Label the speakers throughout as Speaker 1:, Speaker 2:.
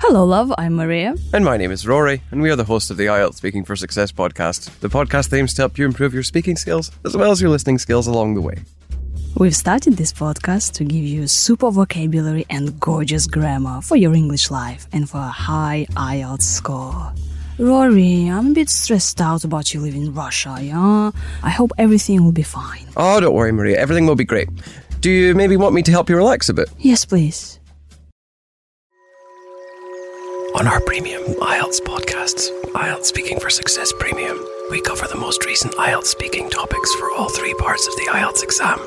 Speaker 1: Hello, love. I'm Maria.
Speaker 2: And my name is Rory, and we are the hosts of the IELTS Speaking for Success podcast. The podcast aims to help you improve your speaking skills as well as your listening skills along the way.
Speaker 1: We've started this podcast to give you super vocabulary and gorgeous grammar for your English life and for a high IELTS score. Rory, I'm a bit stressed out about you leaving Russia, yeah? I hope everything will be fine.
Speaker 2: Oh, don't worry, Maria, everything will be great. Do you maybe want me to help you relax a bit?
Speaker 1: Yes, please.
Speaker 2: On our premium IELTS podcasts, IELTS Speaking for Success Premium, we cover the most recent IELTS speaking topics for all three parts of the IELTS exam.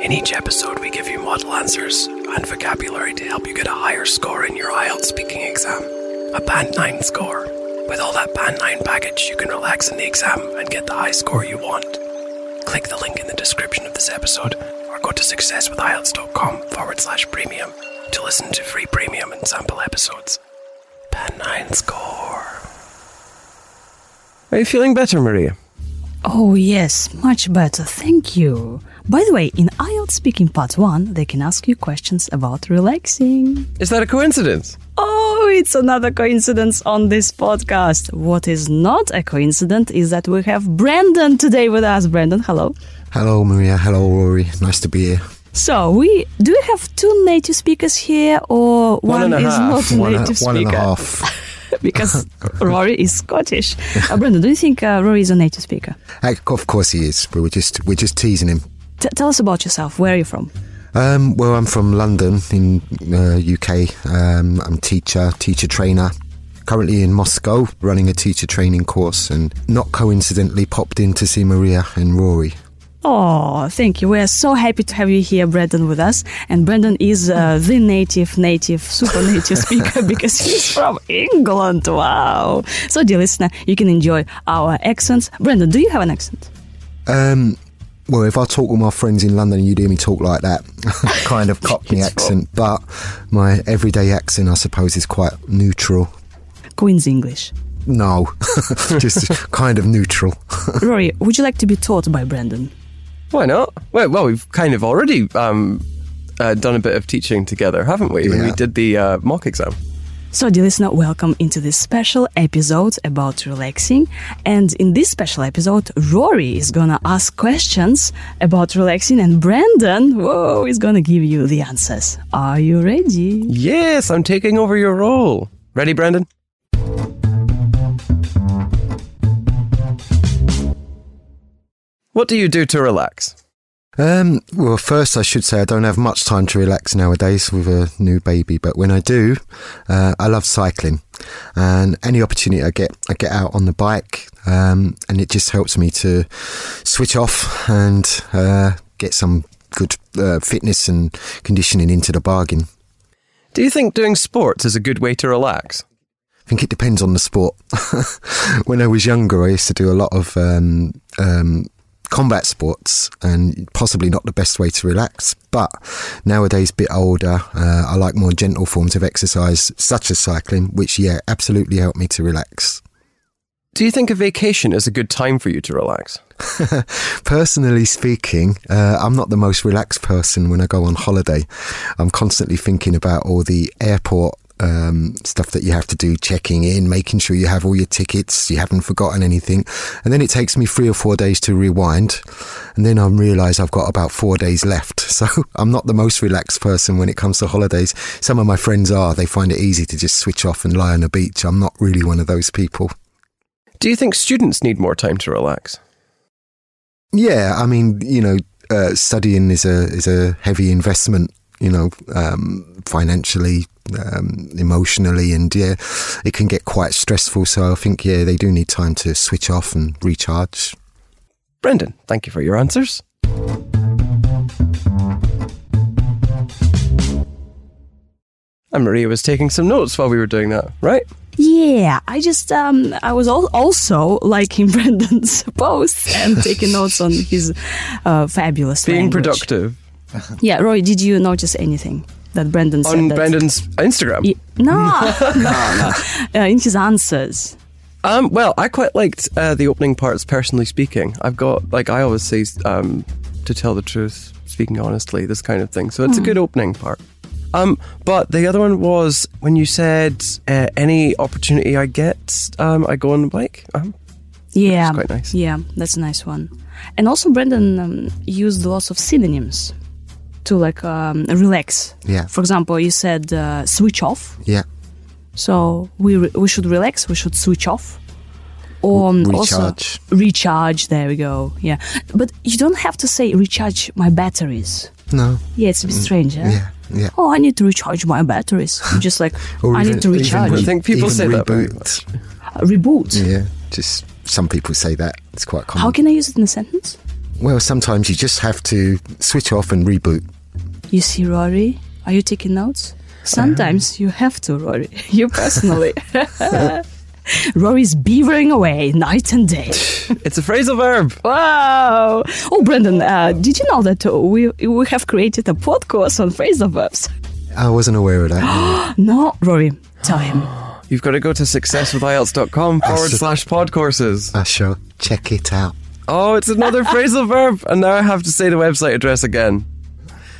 Speaker 2: In each episode, we give you model answers and vocabulary to help you get a higher score in your IELTS speaking exam, a Band 9 score. With all that Band 9 package, you can relax in the exam and get the high score you want. Click the link in the description of this episode or go to successwithielts.com forward slash premium to listen to free premium and sample episodes. Band 9 score. Are you feeling better, Maria?
Speaker 1: Oh, yes, much better. Thank you. By the way, in IELTS Speaking Part 1, they can ask you questions about relaxing.
Speaker 2: Is that a coincidence?
Speaker 1: Oh, it's another coincidence on this podcast. What is not a coincidence is that we have Brandon today with us. Brandon, hello.
Speaker 3: Hello, Maria. Hello, Rory. Nice to be here.
Speaker 1: So we do we have two native speakers here, or one,
Speaker 2: and a
Speaker 1: is not
Speaker 2: half.
Speaker 1: a
Speaker 3: One,
Speaker 1: native
Speaker 3: one and
Speaker 1: speaker
Speaker 3: a half.
Speaker 1: because Rory is Scottish. Uh, Brandon, do you think uh, Rory is a native speaker?
Speaker 3: Uh, of course he is. But we're just we're just teasing him.
Speaker 1: T- tell us about yourself. Where are you from?
Speaker 3: Um, well, I'm from London in uh, UK. Um, I'm teacher, teacher trainer. Currently in Moscow, running a teacher training course, and not coincidentally popped in to see Maria and Rory.
Speaker 1: Oh, thank you. We are so happy to have you here, Brandon, with us. And Brandon is uh, the native, native, super native speaker because he's from England. Wow. So, dear listener, you can enjoy our accents. Brandon, do you have an accent?
Speaker 3: Um, well, if I talk with my friends in London and you hear me talk like that, kind of Cockney accent, but my everyday accent, I suppose, is quite neutral.
Speaker 1: Queen's English.
Speaker 3: No, just kind of neutral.
Speaker 1: Rory, would you like to be taught by Brandon?
Speaker 2: Why not? Well, well we've kind of already um, uh, done a bit of teaching together, haven't we? When we
Speaker 3: Yeah.
Speaker 2: did the uh, mock exam.
Speaker 1: So, dear listener, welcome into this special episode about relaxing. And in this special episode, Rory is gonna ask questions about relaxing, and Brandon, whoa, is gonna give you the answers. Are you ready?
Speaker 2: Yes, I'm taking over your role. Ready, Brandon? What do you do to relax?
Speaker 3: Um, well, first, I should say I don't have much time to relax nowadays with a new baby, but when I do, uh, I love cycling. And any opportunity I get, I get out on the bike, um, and it just helps me to switch off and uh, get some good uh, fitness and conditioning into the bargain.
Speaker 2: Do you think doing sports is a good way to relax?
Speaker 3: I think it depends on the sport. when I was younger, I used to do a lot of um, um, combat sports, and possibly not the best way to relax. But nowadays, bit older, uh, I like more gentle forms of exercise, such as cycling, which yeah, absolutely help me to relax.
Speaker 2: Do you think a vacation is a good time for you to relax?
Speaker 3: Personally speaking, uh, I'm not the most relaxed person when I go on holiday. I'm constantly thinking about all the airport um, stuff that you have to do, checking in, making sure you have all your tickets, you haven't forgotten anything. And then it takes me three or four days to rewind. And then I realise I've got about four days left. So I'm not the most relaxed person when it comes to holidays. Some of my friends are. They find it easy to just switch off and lie on the beach. I'm not really one of those people.
Speaker 2: Do you think students need more time to relax?
Speaker 3: Yeah, I mean, you know, uh, studying is a is a heavy investment. You know, um, financially, um, emotionally, and yeah, it can get quite stressful. So I think yeah, they do need time to switch off and recharge.
Speaker 2: Brendan, thank you for your answers. And Maria was taking some notes while we were doing that, right?
Speaker 1: Yeah, I just um I was al- also liking Brandon's posts and taking notes on his uh, fabulous
Speaker 2: Being
Speaker 1: language.
Speaker 2: productive
Speaker 1: Yeah, Roy, did you notice anything that Brandon said?
Speaker 2: on
Speaker 1: that-
Speaker 2: Brendan's Instagram.
Speaker 1: Y- no, no, no. Uh, in his answers.
Speaker 2: Um, well, I quite liked uh, the opening parts. Personally speaking, I've got like I always say um, to tell the truth, speaking honestly, this kind of thing. So
Speaker 1: Hmm.
Speaker 2: it's a good opening part. Um, but the other one was when you said uh, any opportunity I get, um, I go on the bike. Um,
Speaker 1: Yeah.
Speaker 2: quite nice.
Speaker 1: Yeah, that's a nice one. And also, Brendan um, used lots of pseudonyms to like um, relax.
Speaker 3: Yeah.
Speaker 1: For example, you said uh, switch off.
Speaker 3: Yeah.
Speaker 1: So we re- we should relax. We should switch off. Or um,
Speaker 3: recharge.
Speaker 1: Also, recharge. There we go. Yeah. But you don't have to say recharge my batteries.
Speaker 3: No.
Speaker 1: Yeah, it's a bit strange. eh?
Speaker 3: Mm, Yeah. Yeah.
Speaker 1: Oh, I need to recharge my batteries. You Just like I need to recharge.
Speaker 2: I think people
Speaker 3: even
Speaker 2: say that very
Speaker 3: reboot.
Speaker 1: Reboot.
Speaker 3: Yeah. Just some people say that. It's quite common.
Speaker 1: How can I use it in a sentence?
Speaker 3: well, sometimes you just have to switch off and reboot.
Speaker 1: You see, Rory, are you taking notes? Sometimes
Speaker 3: Uh-huh.
Speaker 1: you have to, Rory. You personally. Rory's beavering away night and day.
Speaker 2: It's a phrasal verb.
Speaker 1: Wow! Oh, Brendan, uh, did you know that uh, we we have created a podcast on phrasal verbs?
Speaker 3: I wasn't aware of that.
Speaker 1: No, Rory, tell him.
Speaker 2: You've got to go to successwithilts.com forward
Speaker 3: That's a-
Speaker 2: slash pod courses.
Speaker 3: I shall check it out.
Speaker 2: Oh, it's another phrasal verb. And now I have to say the website address again.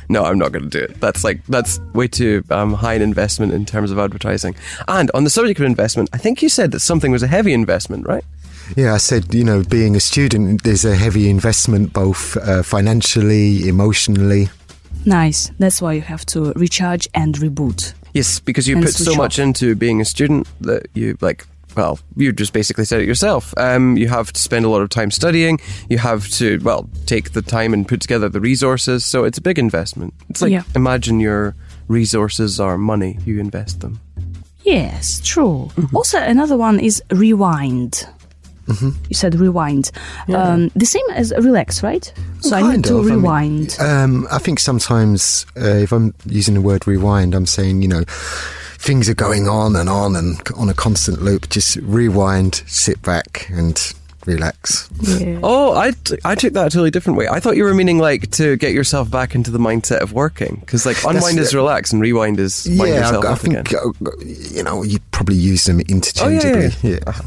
Speaker 2: No, I'm not going to do it. That's like, that's way too um, high an investment in terms of advertising. And on the subject of investment, I think you said that something was a heavy investment, right?
Speaker 3: Yeah, I said, you know, being a student, there's a heavy investment both uh, financially, emotionally.
Speaker 1: Nice. That's why you have to recharge and reboot.
Speaker 2: Yes, because you
Speaker 1: And
Speaker 2: put so
Speaker 1: switch
Speaker 2: much
Speaker 1: off.
Speaker 2: into being a student that you like. Well, you just basically said it yourself. Um, you have to spend a lot of time studying. You have to well take the time and put together the resources. So it's a big investment. It's like
Speaker 1: Yeah.
Speaker 2: imagine your resources are money. You invest them.
Speaker 1: Yes, true.
Speaker 3: Mm-hmm.
Speaker 1: Also, another one is rewind.
Speaker 3: Mm-hmm.
Speaker 1: You said rewind. Um, the same as relax, right? So I need
Speaker 3: Kind
Speaker 1: to
Speaker 3: of, I mean,
Speaker 1: rewind.
Speaker 3: Um, I think sometimes uh, if I'm using the word rewind, I'm saying, you know, things are going on and on and c- on a constant loop. Just rewind, sit back and relax.
Speaker 1: Yeah.
Speaker 2: Oh, I, t- I took that a totally different way. I thought you were meaning like to get yourself back into the mindset of working because like unwind is
Speaker 3: the-
Speaker 2: relax and rewind is wind
Speaker 3: yeah,
Speaker 2: yourself
Speaker 3: I, I
Speaker 2: up again.
Speaker 3: think, uh, you know, you probably use
Speaker 1: Oh,
Speaker 3: them interchangeably. yeah.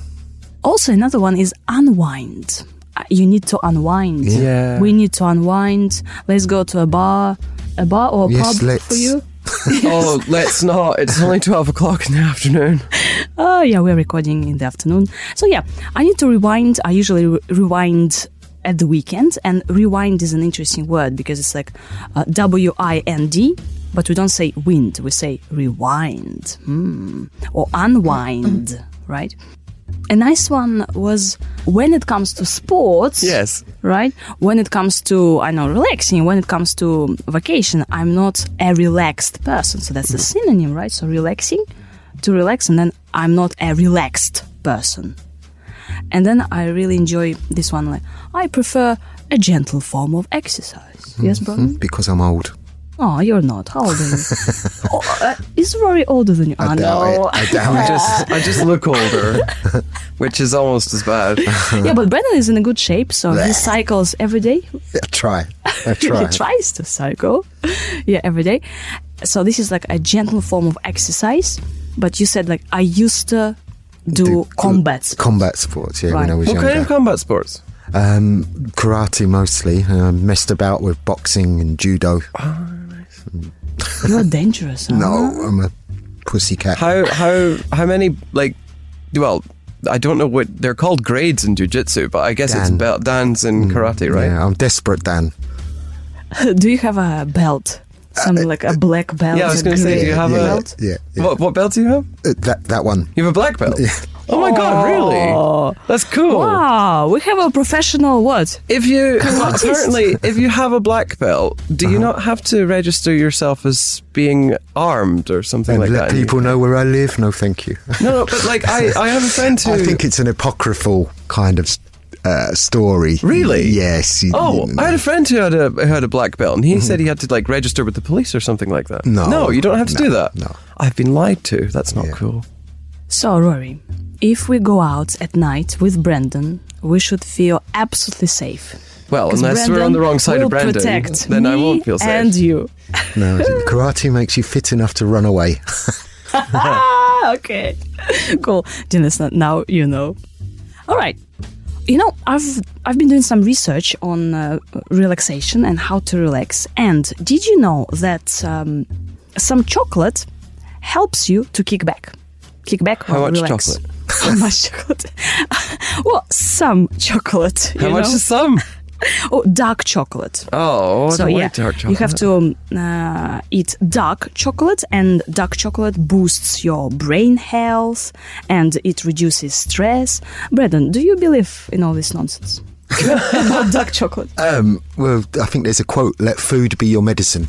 Speaker 1: Also, another one is unwind. Uh, You need to unwind.
Speaker 2: Yeah.
Speaker 1: We need to unwind. Let's go to a bar, a bar or a
Speaker 3: Yes,
Speaker 1: pub for
Speaker 3: let's.
Speaker 1: you.
Speaker 2: Oh, let's not. It's only twelve o'clock in the afternoon.
Speaker 1: Oh, yeah, we're recording in the afternoon. So, yeah, I need to rewind. I usually re- rewind at the weekend, and rewind is an interesting word because it's like uh, W I N D, but we don't say wind, we say rewind Hmm. or unwind, right? A nice one was when it comes to sports.
Speaker 2: Yes.
Speaker 1: right? When it comes to, I know, relaxing, when it comes to vacation, I'm not a relaxed person. So that's a synonym, right? So relaxing, to relax, and then I'm not a relaxed person. And then I really enjoy this one. Like, I prefer a gentle form of exercise. Yes, bro?
Speaker 3: Because I'm old.
Speaker 1: Oh, you're not. How old are you? oh, uh, is Rory older than you? I
Speaker 3: doubt it.
Speaker 1: know.
Speaker 3: I doubt
Speaker 2: I
Speaker 3: it.
Speaker 2: just I just look older, which is almost as bad.
Speaker 1: yeah, but Brendan is in a good shape, so he cycles every day.
Speaker 3: I try. I
Speaker 1: he
Speaker 3: try.
Speaker 1: tries to cycle yeah every day so this is like a gentle form of exercise but you said like i used to do, combat
Speaker 3: Combat sports, yeah,
Speaker 1: Right.
Speaker 3: when I was
Speaker 2: What
Speaker 3: younger.
Speaker 2: kind of combat sports?
Speaker 3: Um, karate mostly. and I messed about with boxing and judo.
Speaker 1: you're dangerous huh?
Speaker 3: No, I'm a pussycat.
Speaker 2: Oh. How how how many like? Well, I don't know what they're called. Grades in jujitsu, but I guess it's
Speaker 3: Dan. Mm,
Speaker 2: belt dance and karate, right?
Speaker 3: Yeah, I'm desperate, Dan.
Speaker 1: do you have a belt something like a black belt
Speaker 2: yeah, I was
Speaker 1: a
Speaker 2: gonna say, do
Speaker 1: grey
Speaker 2: you have a-
Speaker 3: yeah,
Speaker 1: belt
Speaker 3: Yeah, yeah.
Speaker 2: What what belt do you have?
Speaker 3: Uh, that that one.
Speaker 2: You have a black belt. Oh my god,
Speaker 1: Oh.
Speaker 2: really? That's cool.
Speaker 1: wow we have a professional what
Speaker 2: If you
Speaker 1: Karate.
Speaker 2: apparently, if you have a black belt, do
Speaker 3: Uh-huh.
Speaker 2: you not have to register yourself as being armed or something
Speaker 3: And
Speaker 2: like
Speaker 3: let
Speaker 2: that? in
Speaker 3: people know where I live. No, thank you.
Speaker 2: No, no, but like I, I have a friend who.
Speaker 3: I think it's an apocryphal kind of uh, story.
Speaker 2: Really?
Speaker 3: Yes. you-
Speaker 2: oh,
Speaker 3: you
Speaker 2: I had
Speaker 3: know.
Speaker 2: a friend who had a who had a black belt, and he said he had to like register with the police or something like that.
Speaker 3: Mm-hmm. No.
Speaker 2: no, you don't have to
Speaker 3: No,
Speaker 2: do that.
Speaker 3: no.
Speaker 2: I've been lied to. That's not
Speaker 3: Yeah.
Speaker 2: cool.
Speaker 1: so rory if we go out at night with brendan we should feel absolutely safe
Speaker 2: Well,
Speaker 1: 'Cause
Speaker 2: unless we're on the wrong side
Speaker 1: will
Speaker 2: of Brendan,
Speaker 1: protect
Speaker 2: then I
Speaker 1: me
Speaker 2: won't feel safe.
Speaker 1: and you
Speaker 3: no. Karate makes you fit enough to run away.
Speaker 1: Ah, okay. Cool. Dennis, n- now you know. All right. you know, I've I've been doing some research on uh, relaxation and how to relax. And did you know that um, some chocolate helps you to kick back, kick back
Speaker 2: How
Speaker 1: or
Speaker 2: much
Speaker 1: relax?
Speaker 2: chocolate?
Speaker 1: How much chocolate? well, some chocolate.
Speaker 2: How
Speaker 1: you
Speaker 2: much
Speaker 1: know?
Speaker 2: is some?
Speaker 1: Oh, dark chocolate.
Speaker 2: Oh, I
Speaker 1: So
Speaker 2: don't
Speaker 1: yeah,
Speaker 2: like dark chocolate.
Speaker 1: you have to um, uh, eat dark chocolate, and dark chocolate boosts your brain health and it reduces stress. Brendan, do you believe in all this nonsense about dark chocolate?
Speaker 3: Um, well, I think there's a quote: "Let food be your medicine."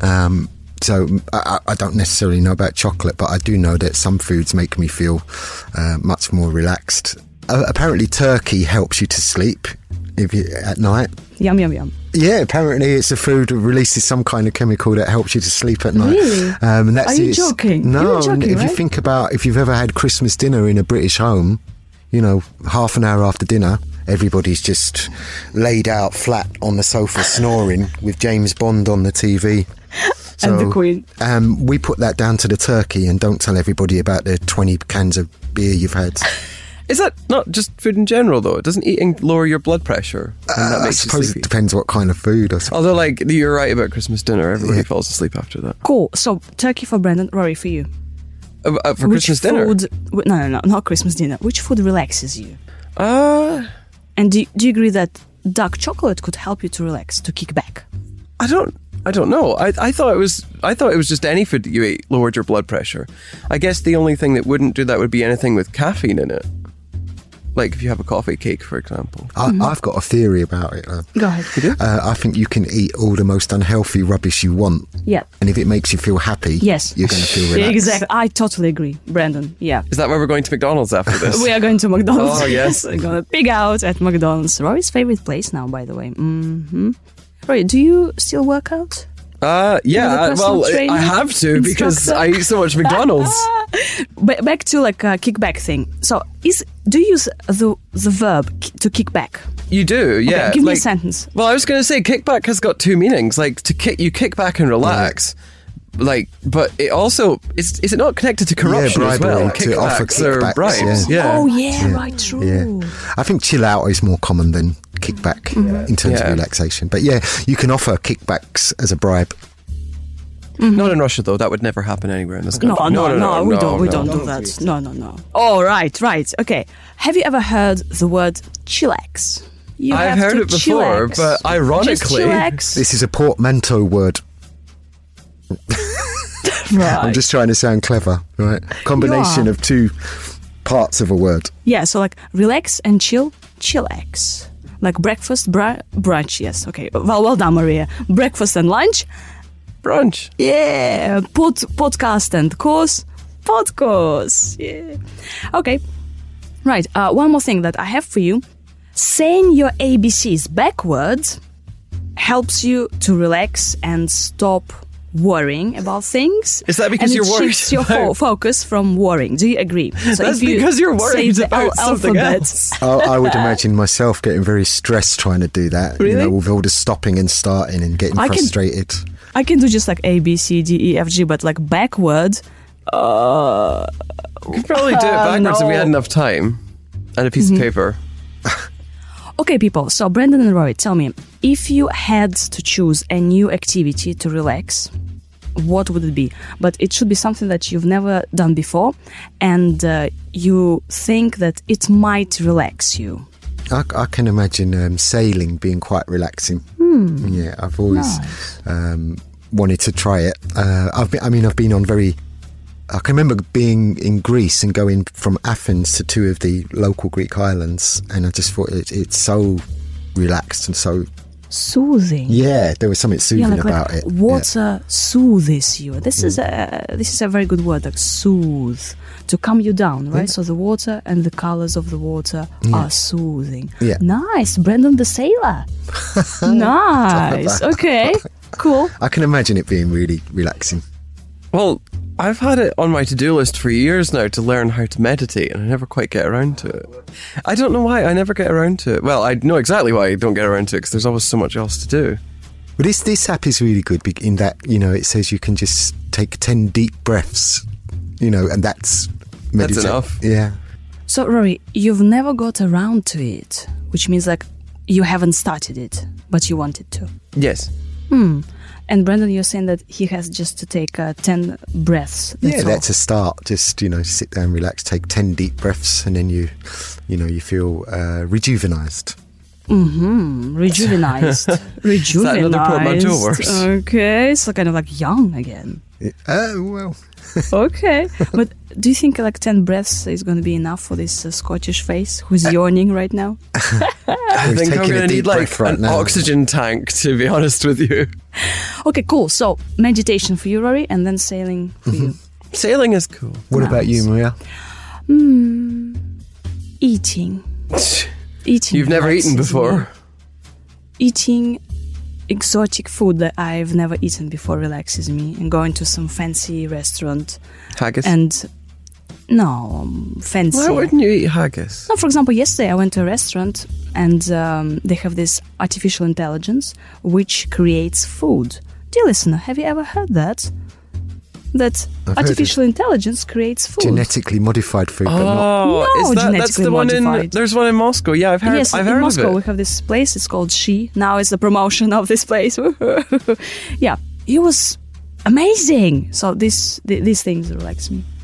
Speaker 3: Um, so I, I I don't necessarily know about chocolate, but I do know that some foods make me feel uh, much more relaxed. Uh, apparently, turkey helps you to sleep if you at night.
Speaker 1: Yum yum yum.
Speaker 3: Yeah, apparently it's a food that releases some kind of chemical that helps you to sleep at night.
Speaker 1: Really?
Speaker 3: Um, and that's
Speaker 1: Are you
Speaker 3: it's-
Speaker 1: joking? You
Speaker 3: No,
Speaker 1: were
Speaker 3: and
Speaker 1: joking,
Speaker 3: if you
Speaker 1: right?
Speaker 3: think about if you've ever had Christmas dinner in a British home, you know, half an hour after dinner, everybody's just laid out flat on the sofa snoring with James Bond on the TV.
Speaker 1: And the Queen.
Speaker 3: Um, we put that down to the turkey and don't tell everybody about the 20 cans of beer you've had.
Speaker 2: Is that not just food in general though? Doesn't eating lower your blood pressure? And that
Speaker 3: Uh, I
Speaker 2: makes you
Speaker 3: suppose it
Speaker 2: sleepy?
Speaker 3: depends what kind of food. I suppose.
Speaker 2: Although, like, you're right about Christmas dinner. Everybody falls asleep after that.
Speaker 1: Cool. So turkey for Brendan, Rory for you.
Speaker 2: Uh, uh, for Christmas
Speaker 1: food?
Speaker 2: dinner,
Speaker 1: w- No, no, no, not Christmas dinner. Which food relaxes you?
Speaker 2: uh,
Speaker 1: And do, do you agree that dark chocolate could help you to relax, to kick back?
Speaker 2: I don't. I don't know. I, I thought it was. I thought it was just any food that you ate lowered your blood pressure. I guess the only thing that wouldn't do that would be anything with caffeine in it. Like if you have a coffee cake, for example.
Speaker 3: I,
Speaker 1: Mm-hmm.
Speaker 3: I've got a theory about it. though.
Speaker 1: Go ahead.
Speaker 3: Uh, I think you can eat all the most unhealthy rubbish you want,
Speaker 1: Yeah.
Speaker 3: and if it makes you feel happy,
Speaker 1: Yes.
Speaker 3: you're going to feel relaxed.
Speaker 1: Exactly. I totally agree, Brendan. Yeah.
Speaker 2: Is that where we're going to McDonald's after this?
Speaker 1: We are going to McDonald's.
Speaker 2: Oh, yes.
Speaker 1: We're gonna pig out at McDonald's. Rory's favorite place now, by the way. hmm Rory, do you still work out?
Speaker 2: Uh,
Speaker 1: You're the
Speaker 2: yeah.
Speaker 1: personal
Speaker 2: Well, I- I
Speaker 1: trainer,
Speaker 2: have to because
Speaker 1: instructor.
Speaker 2: I eat so much McDonald's.
Speaker 1: Ba back to like a kickback thing. So, is do you use the the verb ki- to kick back?
Speaker 2: You do, yeah.
Speaker 1: give me a sentence.
Speaker 2: Well, I was going to say kickback has got two meanings. Like to kick, you kick back and relax. Like, but it also is. Is it not connected to corruption as
Speaker 3: bribery,
Speaker 2: well?
Speaker 3: to offer
Speaker 2: Kickbacks or
Speaker 3: kickbacks,
Speaker 2: bribes.
Speaker 3: yeah.
Speaker 2: Yeah.
Speaker 1: Oh yeah, right. True.
Speaker 3: Yeah, I think chill out is more common than kickback
Speaker 1: Mm-hmm.
Speaker 3: in terms
Speaker 2: Yeah.
Speaker 3: of relaxation. But yeah, you can offer kickbacks as a bribe.
Speaker 2: Not in Russia though. That would never happen anywhere in this
Speaker 1: Oh. No,
Speaker 2: country.
Speaker 1: no, no, we don't, we
Speaker 2: no.
Speaker 1: don't do that. No, no, no. Oh, right, right. Okay. Have you ever heard the word chillax? You
Speaker 2: I've
Speaker 1: have
Speaker 2: heard
Speaker 1: to
Speaker 2: it before,
Speaker 1: chillax.
Speaker 2: but
Speaker 1: Just
Speaker 2: ironically-
Speaker 1: chillax.
Speaker 3: This is a portmanteau word. I'm
Speaker 1: Right.
Speaker 3: just trying to sound clever, right? Combination
Speaker 1: are.
Speaker 3: of two parts of a word.
Speaker 1: Yeah, so like relax and chill, chillax. Like breakfast, br- brunch, yes, okay. Well, well done, Maria. Breakfast and lunch,
Speaker 2: Brunch.
Speaker 1: yeah. Pod- podcast and course, podcast, yeah. Okay, right. Uh, one more thing that I have for you. Saying your ABCs backwards helps you to relax and stop worrying about things.
Speaker 2: Is that because
Speaker 1: and
Speaker 2: you're
Speaker 1: it
Speaker 2: worried
Speaker 1: shifts your fo-
Speaker 2: about-
Speaker 1: focus from worrying? Do you agree? So
Speaker 2: That's
Speaker 1: if you
Speaker 2: because you're
Speaker 1: say
Speaker 2: worried
Speaker 1: the
Speaker 2: about
Speaker 1: al-
Speaker 2: something
Speaker 1: alphabet-
Speaker 2: else.
Speaker 3: I, I would imagine myself getting very stressed trying to do that. You
Speaker 2: Really?
Speaker 3: know, with all the stopping and starting and getting
Speaker 1: I can-
Speaker 3: frustrated.
Speaker 1: I can do just like A B C D E F G, but like backward. Uh,
Speaker 2: We could probably do it backwards if
Speaker 1: no. Mm-hmm.
Speaker 2: we had enough time and a piece of paper.
Speaker 1: okay, people. So Brandon and Rory, tell me, if you had to choose a new activity to relax, what would it be? But it should be something that you've never done before, and uh, you think that it might relax you.
Speaker 3: I, I can imagine um, sailing being quite relaxing.
Speaker 1: Hmm.
Speaker 3: Yeah, I've always um, wanted to try it. Uh, I've been, I mean, I've been on very. I can remember being in Greece and going from Athens to two of the local Greek islands, and I just thought it, it's so relaxed and so
Speaker 1: Soothing.
Speaker 3: yeah. There was something
Speaker 1: Yeah,
Speaker 3: soothing
Speaker 1: like,
Speaker 3: about
Speaker 1: like
Speaker 3: it.
Speaker 1: water soothes you. This is a this is a very good word, like soothe, to calm you down, right? So the water and the colors of the water are soothing.
Speaker 3: Yeah.
Speaker 1: Nice, Brandon the sailor. nice. Okay. Cool.
Speaker 3: I can imagine it being really relaxing.
Speaker 2: Well, I've had it on my to-do list for years now to learn how to meditate, and I never quite get around to it. I don't know why I never get around to it. Well, I know exactly why I don't get around to it because there's always so much else to do.
Speaker 3: But this this app is really good bec- in that you know it says you can just take ten deep breaths, you know, and that's medita-
Speaker 2: enough.
Speaker 3: Yeah.
Speaker 1: So Rory, you've never got around to it. which means like you haven't started it, but you wanted to.
Speaker 2: Yes.
Speaker 1: Hmm. And Brandon, you're saying that he has just to take uh, 10 breaths.
Speaker 3: yeah,
Speaker 1: all.
Speaker 3: that's a start. Just you know, sit down, relax, take ten deep breaths, and then you, you know, you feel uh, rejuvenized.
Speaker 1: Mm, rejuvenized. rejuvenized.
Speaker 2: another problem? Two words.
Speaker 1: Okay, so kind of like young again.
Speaker 3: Oh well,
Speaker 1: Okay, but do you think like 10 breaths is going to be enough for this uh, Scottish face who's
Speaker 2: Uh,
Speaker 1: yawning right now?
Speaker 2: I
Speaker 3: We've
Speaker 2: think I'm
Speaker 3: taken a
Speaker 2: going to
Speaker 3: deep
Speaker 2: need like
Speaker 3: breath right
Speaker 2: an
Speaker 3: now.
Speaker 2: oxygen tank, to be honest with you.
Speaker 1: Okay, cool. So meditation for you, Rory, and then sailing for you.
Speaker 2: Sailing is cool.
Speaker 3: what about you, Maria?
Speaker 1: Hmm. Eating. Eating.
Speaker 2: Mm-hmm. You've never
Speaker 1: breaths
Speaker 2: eaten
Speaker 1: is enough.
Speaker 2: before.
Speaker 1: eating exotic food that I've never eaten before relaxes me, and going to some fancy restaurant
Speaker 2: Haggis.
Speaker 1: and no um, fancy.
Speaker 2: Why wouldn't you eat haggis?
Speaker 1: No, for example, yesterday I went to a restaurant and um, they have this artificial intelligence which creates food. Dear listener, have you ever heard that? That
Speaker 3: I've heard
Speaker 1: artificial intelligence creates food.
Speaker 3: Genetically modified food, but not
Speaker 2: Oh,
Speaker 1: No,
Speaker 2: is that that's
Speaker 1: genetically
Speaker 2: the one in?
Speaker 1: modified.
Speaker 2: There's one in Moscow. Yeah, I've heard.
Speaker 1: yes,
Speaker 2: I've
Speaker 1: in
Speaker 2: heard
Speaker 1: Moscow
Speaker 2: of
Speaker 1: we
Speaker 2: it.
Speaker 1: have this place. It's called She. Now it's the promotion of this place. yeah, it was amazing. So this th- these things relax me.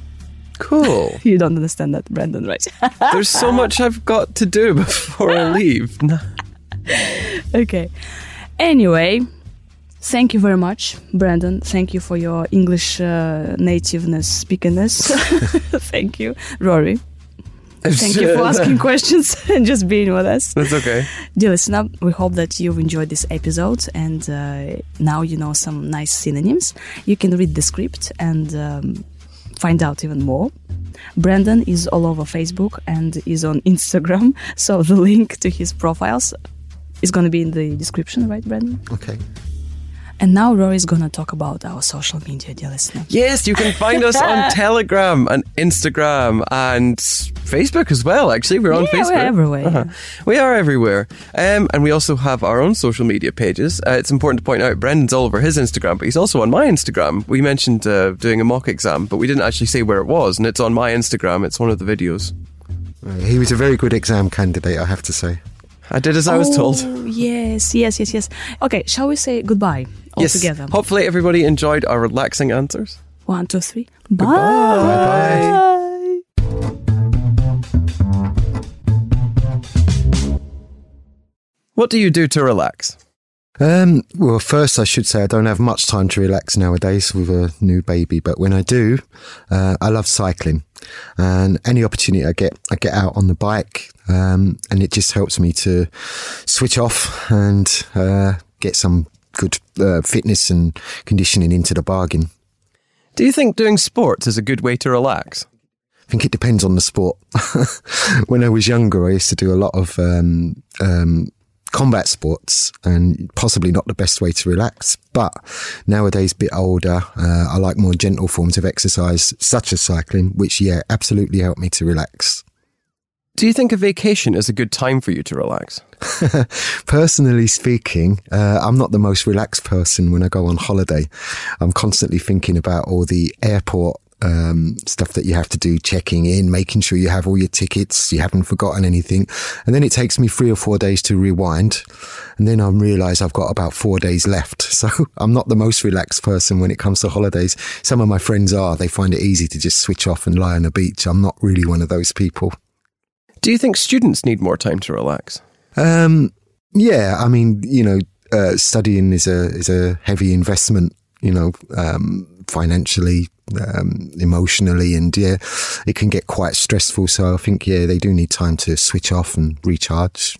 Speaker 2: Cool.
Speaker 1: You don't understand that, Brandon, right?
Speaker 2: There's so much I've got to do before I leave. No.
Speaker 1: okay. Anyway, thank you very much, Brandon. Thank you for your English uh, nativeness, speakingness. thank you, Rory. Thank you for asking questions and just being with us.
Speaker 2: That's okay.
Speaker 1: Dear listener, we hope that you've enjoyed this episode and uh, now you know some nice synonyms. You can read the script and um, find out even more. Brandon is all over Facebook and is on Instagram, so the link to his profiles is going to be in the description, right, Brandon?
Speaker 2: Uh,
Speaker 3: okay.
Speaker 1: And now Rory is going to talk about our social media, dear listener.
Speaker 2: Yes, you can find us on Telegram and Instagram and Facebook as well. Actually, we're on
Speaker 1: Yeah, we're
Speaker 2: Facebook. Uh-huh.
Speaker 1: everywhere.
Speaker 2: We are everywhere, um, and we also have our own social media pages. Uh, it's important to point out Brendan's all over his Instagram, but he's also on my Instagram. We mentioned uh, doing a mock exam, but we didn't actually say where it was, and it's on my Instagram. It's one of the videos.
Speaker 3: Uh, He was a very good exam candidate, I have to say.
Speaker 2: I did as I was told.
Speaker 1: Oh, Yes, yes, yes, yes. Okay, shall we say goodbye all
Speaker 2: Yes.
Speaker 1: together?
Speaker 2: Hopefully, everybody enjoyed our relaxing answers.
Speaker 1: One, two, three.
Speaker 2: Bye-bye.
Speaker 1: Bye.
Speaker 2: What do you do to relax?
Speaker 3: Um, well, first, I should say I don't have much time to relax nowadays with a new baby, but when I do, uh, I love cycling. And any opportunity I get, I get out on the bike, um, and it just helps me to switch off and uh, get some good uh, fitness and conditioning into the bargain.
Speaker 2: Do you think doing sports is a good way to relax?
Speaker 3: I think it depends on the sport. when I was younger, I used to do a lot of um, um, combat sports, and possibly not the best way to relax. But nowadays, a bit older, uh, I like more gentle forms of exercise, such as cycling, which yeah, absolutely help me to relax.
Speaker 2: Do you think a vacation is a good time for you to relax?
Speaker 3: Personally speaking, uh, I'm not the most relaxed person when I go on holiday. I'm constantly thinking about all the airport um, stuff that you have to do, checking in, making sure you have all your tickets, you haven't forgotten anything. And then it takes me three or four days to rewind. And then I realize I've got about four days left. So I'm not the most relaxed person when it comes to holidays. Some of my friends are, they find it easy to just switch off and lie on the beach. I'm not really one of those people.
Speaker 2: Do you think students need more time to relax?
Speaker 3: Um, yeah, I mean, you know, uh, studying is a is a heavy investment. You know, um, financially, um, emotionally, and yeah, it can get quite stressful. So I think yeah, they do need time to switch off and recharge.